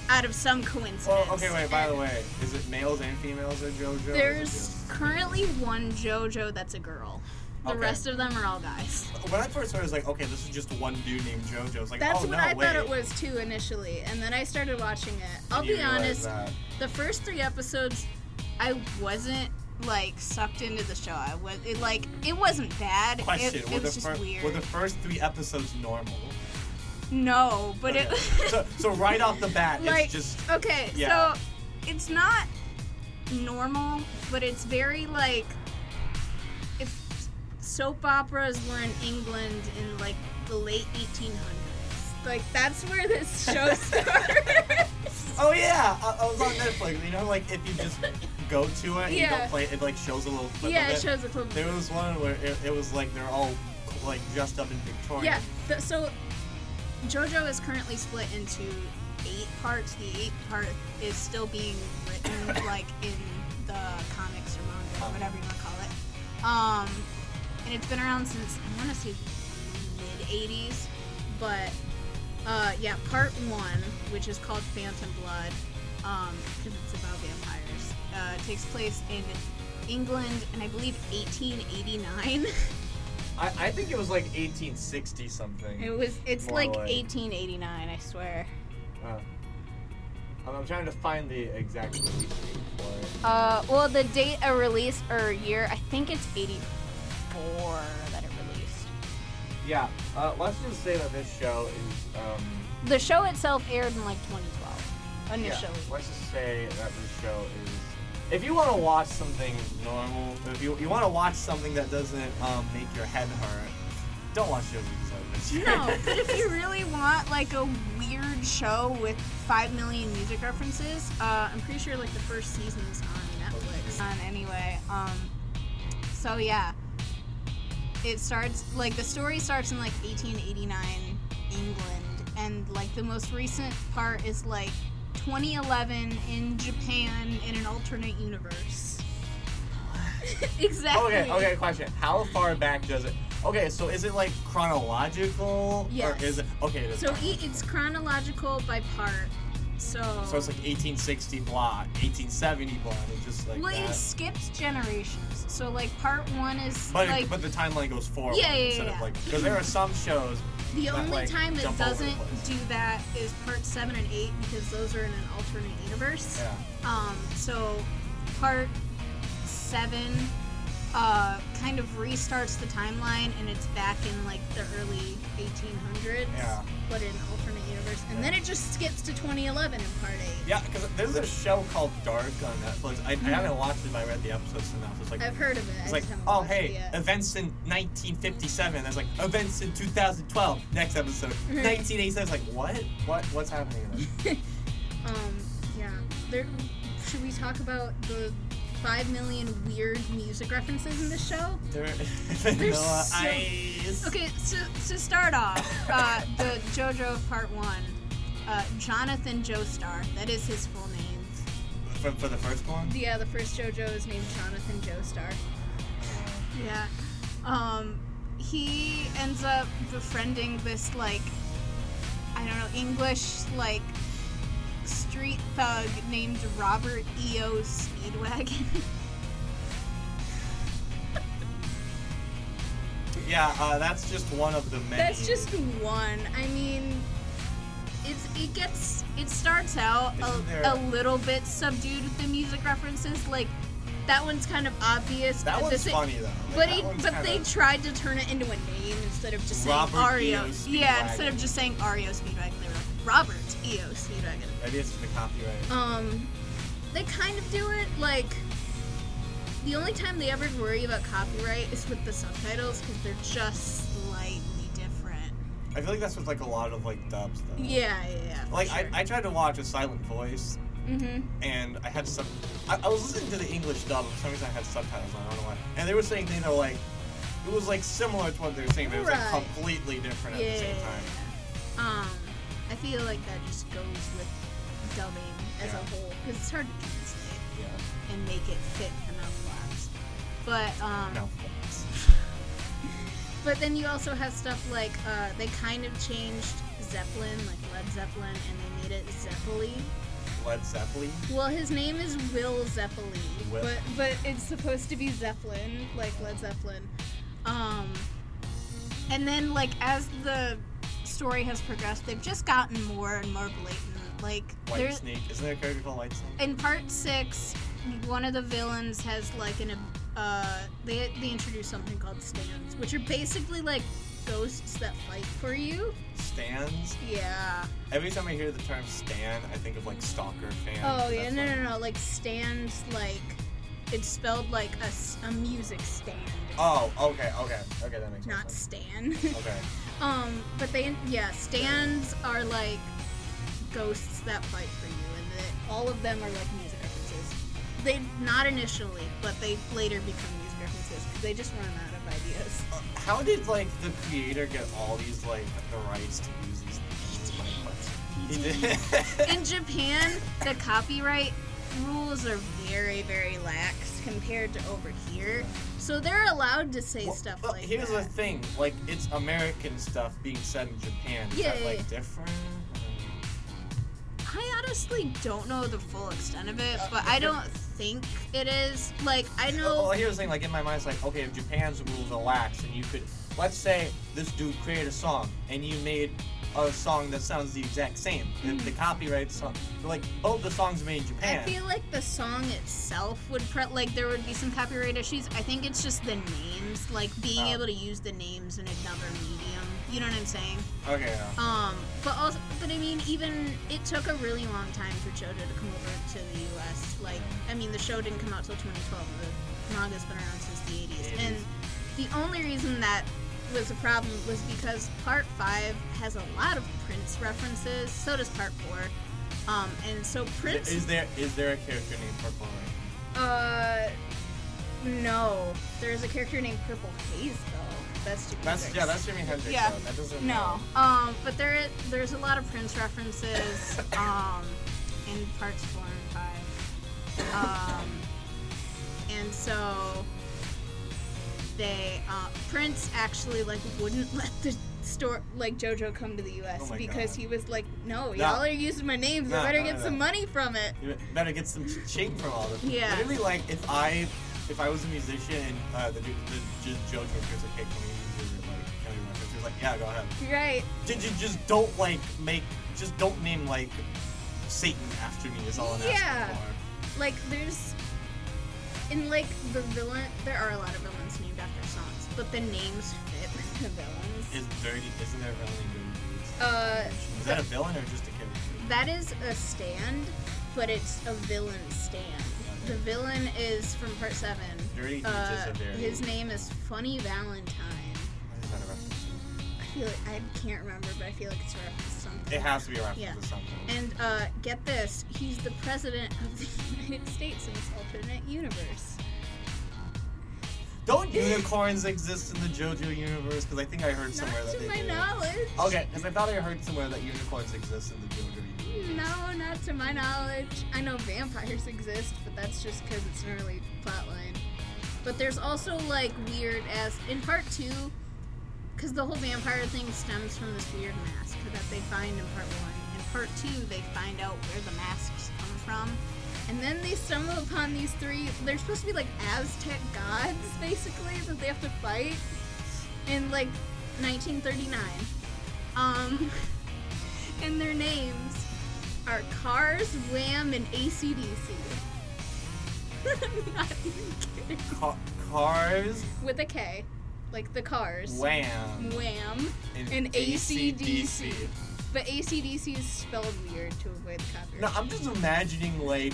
Out of some coincidence. Well, Oh, okay, wait, by the And- way, is it males and females in JoJo? or is it There's currently one JoJo that's a girl. The Okay. rest of them are all guys. just- When I first heard it, I was like, okay, this is just one dude named JoJo. It's like, That's oh, what no, I wait. thought it was too initially, and then I started watching it. I'll And you be honest, realize that. the first three episodes, I wasn't like sucked into the show. I was it, like, it wasn't bad. Question: it, were, it the was just fir- weird. were the first three episodes normal? No, but it. Okay. so, so right off the bat, like uh, it's just okay yeah. so it's not normal but it's very like if soap operas were in england in like the late 1800s like that's where this show started oh yeah, I, I was on Netflix. You know, like if you just go to it, and you Yeah. don't play it. It like shows a little clip yeah of it it. shows a clip of There was one where it, it was like they're all like dressed up in Victorian. Yeah. th- so JoJo is currently split into eight parts. The eighth part is still being written, like in the comics or manga, or whatever you want to call it. Um, and it's been around since I want to say mid '80s, but uh, yeah, part one, which is called Phantom Blood, because it's about vampires, uh, takes place in England, and I believe 1889. I, I think it was like 1860 something. It was. It's More like like- 1889. I swear. Uh, I'm, I'm trying to find the exact release date for it. Uh, well, the date of release or year, I think it's 84 that it released. Yeah, uh, let's just say that this show is. Um, The show itself aired in like 2012, initially. Yeah, let's just say that this show is. If you want to watch something normal, If you, you want to watch something that doesn't um, make your head hurt, don't watch shows like this. No, but if you really want like a weird show with five million music references, uh, I'm pretty sure like the first season's on Netflix. On anyway, um, so yeah, it starts like the story starts in like 1889 England, and like the most recent part is like 2011 in Japan in an alternate universe. exactly. Okay, okay, question. How far back does it? Okay, so is it like chronological? Yes. Or is it okay? It is So e- it's chronological by part. So. So it's like 1860 blah, 1870 blah, and just like well, that. it skips generations. So like part one is But, like but the timeline goes forward Yeah, yeah, instead of yeah. like because there are some shows. the that, only like, time it jump all over the doesn't place. do that is part seven and eight because those are in an alternate universe. Yeah. Um, so part seven uh, kind of restarts the timeline and it's back in like the early 1800s, Yeah. but in an alternate universe. And then it just skips to 2011 in part eight. Yeah, because there's a show called Dark on Netflix. I, I haven't watched it, but I read the episode synopsis. Like, Hmm. I've heard of it. I it's just like, haven't oh watched it hey, yet. events in 1957. There's like events in 2012. Next episode, Hmm. 1987. It's like what? What? What's happening? Then? Um, yeah. There, should we talk about the five million weird music references in this show? There, They're vanilla so- ice. Okay, so to start off, uh, the JoJo Part One, uh, Jonathan Joestar. That is his full name. For, for the first one. Yeah, the first JoJo is named Jonathan Joestar. Yeah. Um, he ends up befriending this, like, I don't know, English, like, street thug named Robert E.O. Speedwagon. Yeah, uh, that's just one of the many. That's just one. I mean, it's it gets it starts out Isn't there- a, a little bit subdued with the music references. Like that one's kind of obvious. That but one's this- funny though. But Like, that it, one's but they kinda- tried to turn it into a name instead of just Robert saying E.O. Ario. Yeah, instead of Speedwagon. just saying Ario Speedwagon, they were like Robert E.O. Speedwagon. Maybe it's just the copyright. Um, they kind of do it like. The only time they ever worry about copyright is with the subtitles because they're just slightly different. I feel like that's with like a lot of like dubs though. Yeah, yeah, yeah. for Like sure. I, I tried to watch a silent voice Mhm. and I had some. I, I was listening to the English dub and for some reason I had subtitles on. I don't know why. And they were saying things that were like, it was like similar to what they were saying, but it was like Right. completely different at the Yeah. same time. Um, I feel like that just goes with dubbing as Yeah. a whole because it's hard to translate Yeah. and make it fit the mouthwax. But um, No. but then you also have stuff like uh, they kind of changed Zeppelin, like Led Zeppelin, and they made it Zeppeli. Led Zeppelin. Well, his name is Will Zeppeli, Will. but but it's supposed to be Zeppelin, like Led Zeppelin. Um, and then like as the story has progressed, they've just gotten more and more blatant. Like White there- Snake. Isn't there a character called White Snake? in part six, one of the villains has like an uh, they they introduce something called stands, which are basically like ghosts that fight for you. Stands. Yeah. Every time I hear the term stand, I think of like stalker fan. Oh yeah, That's no, like- no, no, like stands, like it's spelled like a, s- a music stand, Oh, okay, okay, okay, that makes more not sense. stan. Okay. um, but they, yeah, stands are like ghosts that fight for you, and the, all of them are like music references. They not initially, but they later become music references because they just run out of ideas. Uh, How did like the creator get all these like the rights to use these things? Like, what? He did. in Japan, the copyright rules are very, very lax compared to over here. So they're allowed to say Well, stuff well, like here's that. the thing, like it's American stuff being said in Japan. Is Yeah, that yeah, like yeah. different? I honestly don't know the full extent of it, but I don't think it is. Like, I Well, know. here's the thing, like in my mind, it's like okay, if Japan's rules are lax and you could, let's say this dude created a song and you made a song that sounds the exact same. The, the copyright song, like both the songs made in Mm. I Japan. feel like the song itself would pre- like there would be some copyright issues. I think it's just the names, like being Oh. able to use the names in another medium. You know what I'm saying? okay. yeah. Um, but also, but I mean, even it took a really long time for JoJo to come over to the U.S. Like, I mean, the show didn't come out till 2012. The manga's been around since the 80s, and the only reason that was a problem was because Part Five has a lot of Prince references. So does Part Four. Um, and so Prince Is there is there a character named Purple Rain? Uh, no. There's a character named Purple Haze though. That's Jimi That's Hendrix. yeah, that's Jimi Hendrix. Yeah. though. That doesn't. no. Um, but there there's a lot of Prince references. um, in parts four and five. Um, and so they uh, Prince actually like wouldn't let the store like JoJo come to the U.S. Oh my because God. he was like, no, No. y'all are using my names. No, I better no, get no. some money from it. You better get some shape from all this. Yeah. Literally, like if I if I was a musician and uh, the dude the just Joe Joker's like, hey, can we use your like can we reference? He was like, yeah, go ahead. Right. Did you just don't like make just don't name like Satan after me is all I'm Yeah. asking for. like there's in like the villain there are a lot of villains named after songs but the names fit the villains Is dirty isn't there really dirty? uh Is that a villain or just a character? that is a stand but it's a villain stand the villain is from part seven Dirty uh, is just a very. his name is funny valentine What is that a reference? i feel like i can't remember but i feel like it's a reference to something It has to be a reference Yeah. to something. and uh, get this he's the president of the united states in this alternate universe Don't unicorns exist in the JoJo universe? Because I think I heard not somewhere that to they my do. knowledge Okay, because I thought I heard somewhere that unicorns exist in the JoJo universe. No, not to my knowledge. I know vampires exist, but that's just because it's an early plotline. But there's also like weird as in part two, because the whole vampire thing stems from this weird mask that they find in part one. In part two, they find out where the masks come from, and then they stumble upon these three. They're supposed to be like Aztec gods, basically, that they have to fight in like 1939. Um, and their names are Cars, Wham, and ACDC. I'm not even kidding. Ca- cars, With a K, like the Cars. wham, Wham. and AC/DC. But ACDC is spelled weird to avoid the copyright. No, I'm just imagining like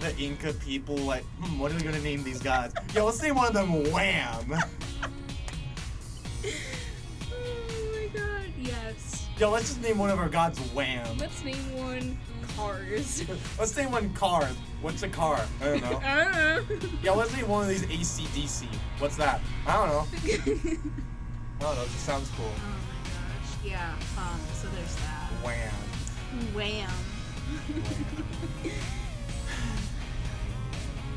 the Inca people like, hmm, what are we gonna name these guys? Yo, let's name one of them Wham. Oh my god, yes. Yo, let's just name one of our gods Wham. Let's name one Cars. Let's name one car. What's a car? I don't know. I don't know. Yo, let's name one of these ACDC. What's that? I don't know. Oh, that just sounds cool. Oh my gosh. Yeah. Um, so there's that. Wham. Wham.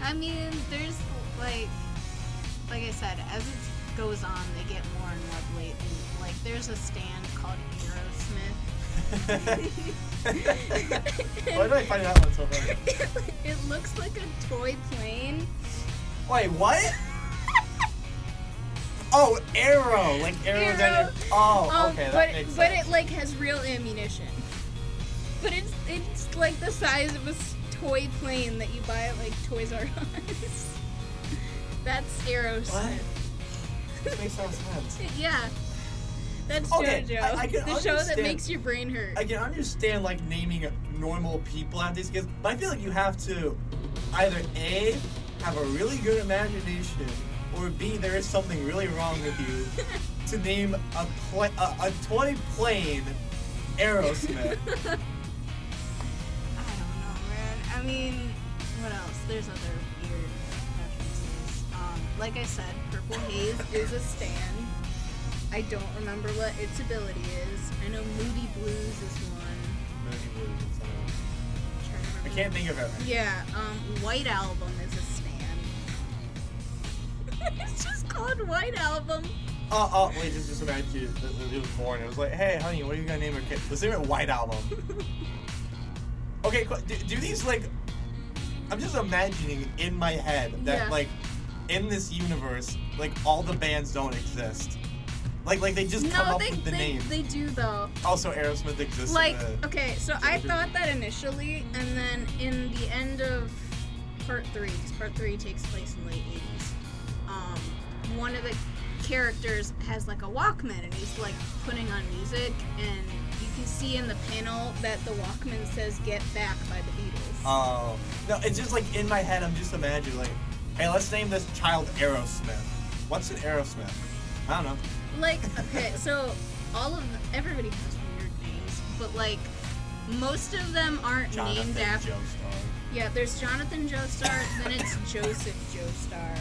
I mean, there's like, like I said, as it goes on, they get more and more blatant. Like, there's a stand called Aerosmith. Why did I find that one so funny? it looks like a toy plane. Wait, what? oh, arrow, like arrow. Arrow. Oh, Um, okay, that but makes but sense. it like has real ammunition. But it's it's like the size of a s- toy plane that you buy at like Toys R Us. That's Aerosmith. That makes no sense. Yeah. That's Okay, JoJo. I- I the can show that understand- makes your brain hurt. I can understand like naming normal people after these kids, but I feel like you have to either a have a really good imagination, or b there is something really wrong with you to name a pla- a, a toy plane Aerosmith. I don't know, man. I mean, what else? There's other weird references. Um, like I said, Purple Haze is a stand. I don't remember what its ability is. I know Moody Blues is one. Moody Blues, so- I'm trying to I remember. can't think of it. Yeah, um, White Album is a stand. it's just called White Album. Oh, oh, wait, just, just imagine you. th- th- It was born. It was like, hey, honey, what are you gonna name your kid? Let's name it White Album. okay, qu- do, do these like? I'm just imagining in my head that Yeah. like, in this universe, like all the bands don't exist. Like, like they just come No, up they, with the they, name. they do though. also, Aerosmith exists. Like, in the, okay, so I thought that initially, and then in the end of part three, because part three takes place in the late 80s, um, one of the characters has like a Walkman and he's like putting on music, and you can see in the panel that the Walkman says Get Back by the Beatles. oh no, it's just like in my head. I'm just imagining like, hey, let's name this child Aerosmith. What's an Aerosmith? I don't know. Like, okay, so all of the, everybody has weird names, but like most of them aren't Jonathan named after. Joestar. Yeah, there's Jonathan Joestar, then it's Joseph Joestar.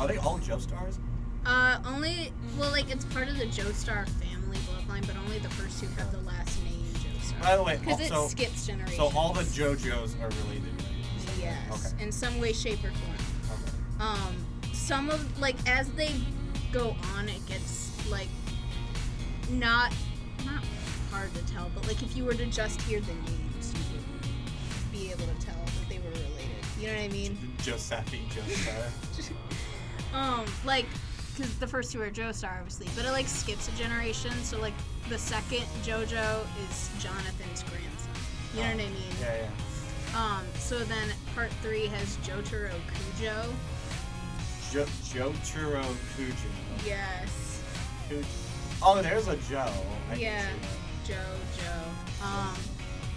Are they all Joestars? Uh, only well, like it's part of the Joestar family bloodline, but only the first two have the last name By Joestar. the way, Because it also- skips generations. So all the JoJos are related. yes, Okay. in some way, shape, or form. Okay. um some of like as they go on it gets like not not hard to tell but like if you were to just hear the names you wouldn't be able to tell that they were related you know what i mean Giuseppe Joestar. um like because the first two are joestar obviously but it like skips a generation so like the second jojo is jonathan's grandson you know what i mean yeah, yeah. um so then part three has jotaro kujo Jo- Jotaro Kujo. yes Kujo. Oh, there's a Joe. I can Yeah. see that. JoJo. Um,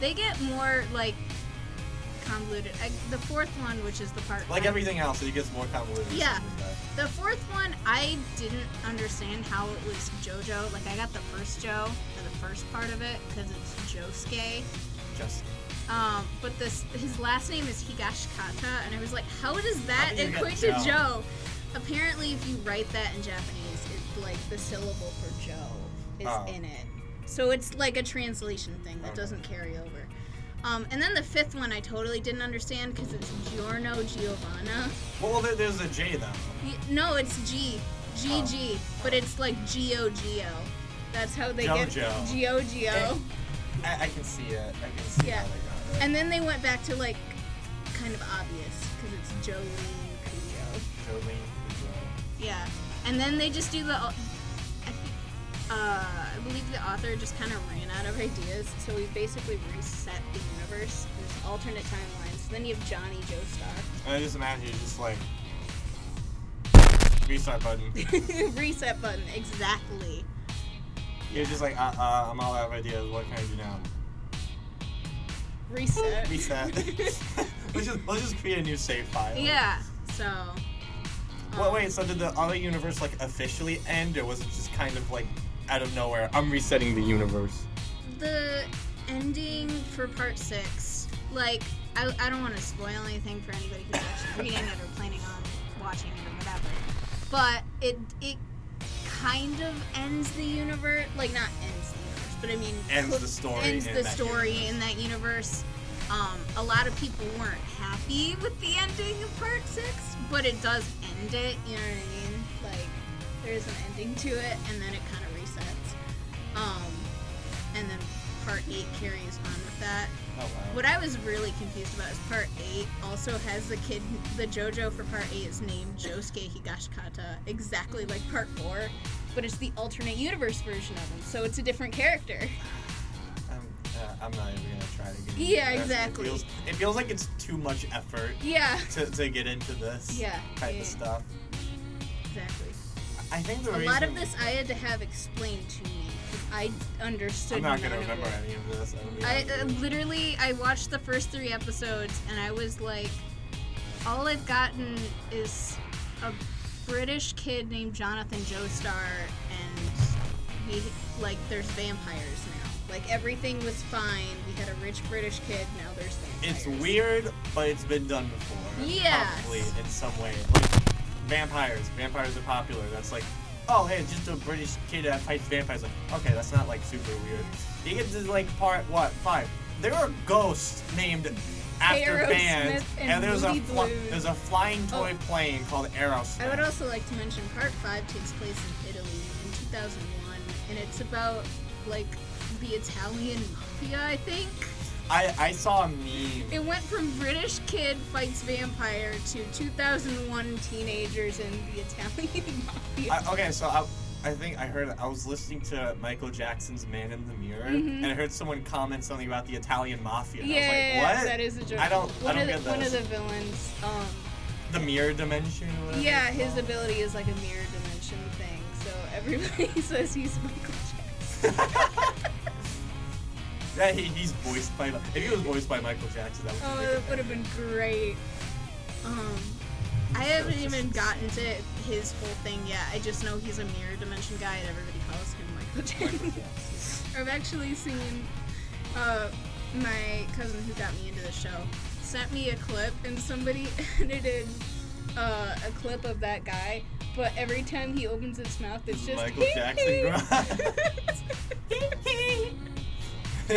they get more like convoluted. I, the fourth one, which is the part Like I- everything else, it gets more convoluted. as Yeah. time goes by. The fourth one, I didn't understand how it was JoJo. Like I got the first Joe and the first part of it because it's Josuke. Just. Um, but this his last name is Higashikata, and I was like, how does that How do you get equate to Joe? Joe? Apparently, if you write that in Japanese, it's like the syllable for Joe is Oh. in it. So it's like a translation thing that Okay. doesn't carry over. Um, and then the fifth one I totally didn't understand because it's Giorno Giovanna. Well, there, there's a J though. Y- No, it's G. G Oh. G. But it's like G O G O. That's how they Jojo. get G O G O. I, I can see it. I can see Yeah. how they got it. And then they went back to like kind of obvious because it's Jolene Cujo. Jolene Kujo. Yeah. And then they just do the. I think- Uh, I believe the author just kind of ran out of ideas, so we basically reset the universe. There's alternate timelines. Then you have Johnny Joestar. I just imagine you just like restart button. reset button, exactly. You're just like, uh, uh, I'm all out of ideas. What can I do now? Reset. Reset. let's just let's just create a new save file. yeah. So. Well, um, wait. So did the other universe like officially end, or was it just kind of like out of nowhere? I'm resetting the universe. the ending for part six, like, I, I don't want to spoil anything for anybody who's actually reading it or planning on watching it or whatever. But it it kind of ends the universe, like not ends the universe, but I mean Ends cl- the story ends in the that story universe. in that universe. Um, a lot of people weren't happy with the ending of part six, but it does end it. You know what I mean? Like there is an ending to it, and then it kind of resets. Um, and then part eight carries on with that. Oh wow. What I was really confused about is part eight also has the kid, the JoJo for part eight is named Josuke Higashikata, exactly like part four, but it's the alternate universe version of him, so it's a different character. I'm, uh, I'm not even gonna try to get. into Yeah, that. exactly. It feels, it feels like it's too much effort Yeah. to, to get into this Yeah, type yeah. of stuff. Exactly. I think the A reason lot of this I had to have explained to me because I understood. I'm not none gonna of remember it. any of this. I'm gonna be I honest uh, with you. literally I watched the first three episodes and I was like, all I've gotten is a British kid named Jonathan Joestar, and we like there's vampires now. Like everything was fine. We had a rich British kid. Now there's vampires. It's weird, but it's been done before. Yes. Probably in some way. Like, vampires. Vampires are popular. That's like, oh, hey, just a British kid that fights vampires. Like, okay, that's not like super weird. You get to like part, what, five. There are ghosts named after Aerosmith bands. and there's a, Moody Blues. there's a flying toy Oh. plane called Aerosmith. I would also like to mention part five takes place in Italy in 2001, and it's about like the Italian mafia, I think. I, I saw a meme. It went from British kid fights vampire to 2001 teenagers in the Italian mafia. I, okay, so I, I think I heard I was listening to Michael Jackson's Man in the Mirror, Mhm. Mm-hmm. and I heard someone comment something about the Italian mafia. yeah, yeah, and I was like, yeah, what? that is a joke. I don't- I One don't of the get one this. of the villains. Um, the mirror dimension. or whatever yeah, it's his called? ability is like a mirror dimension thing. So everybody says he's Michael Jackson. Yeah, he, he's voiced by. If he was voiced by Michael Jackson, that would. Oh, make it that would have been great. Um, I haven't even gotten to his whole thing yet. I just know he's a mirror dimension guy, and everybody calls him Michael Jackson. I've actually seen uh, my cousin who got me into the show sent me a clip, and somebody edited uh, a clip of that guy. But every time he opens his mouth, it's just Michael Jackson oh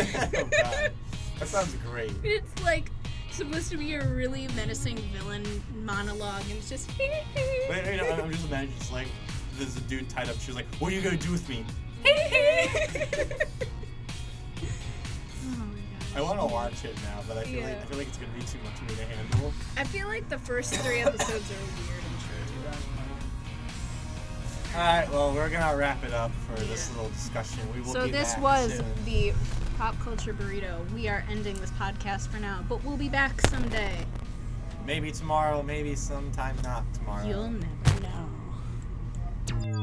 god, that sounds great. it's like supposed to be a really menacing villain monologue, and it's just. But you know, I'm just imagining just like there's a dude tied up. She's like, "What are you gonna do with me?" I want to watch it now, but I feel like Yeah. I feel like it's gonna be too much for me to handle. I feel like the first three episodes are weird and true. All right, well, we're gonna wrap it up for this little discussion. We will. So be this back was soon. the pop culture burrito. We are ending this podcast for now, but we'll be back someday. maybe tomorrow, maybe sometime not tomorrow. You'll never know.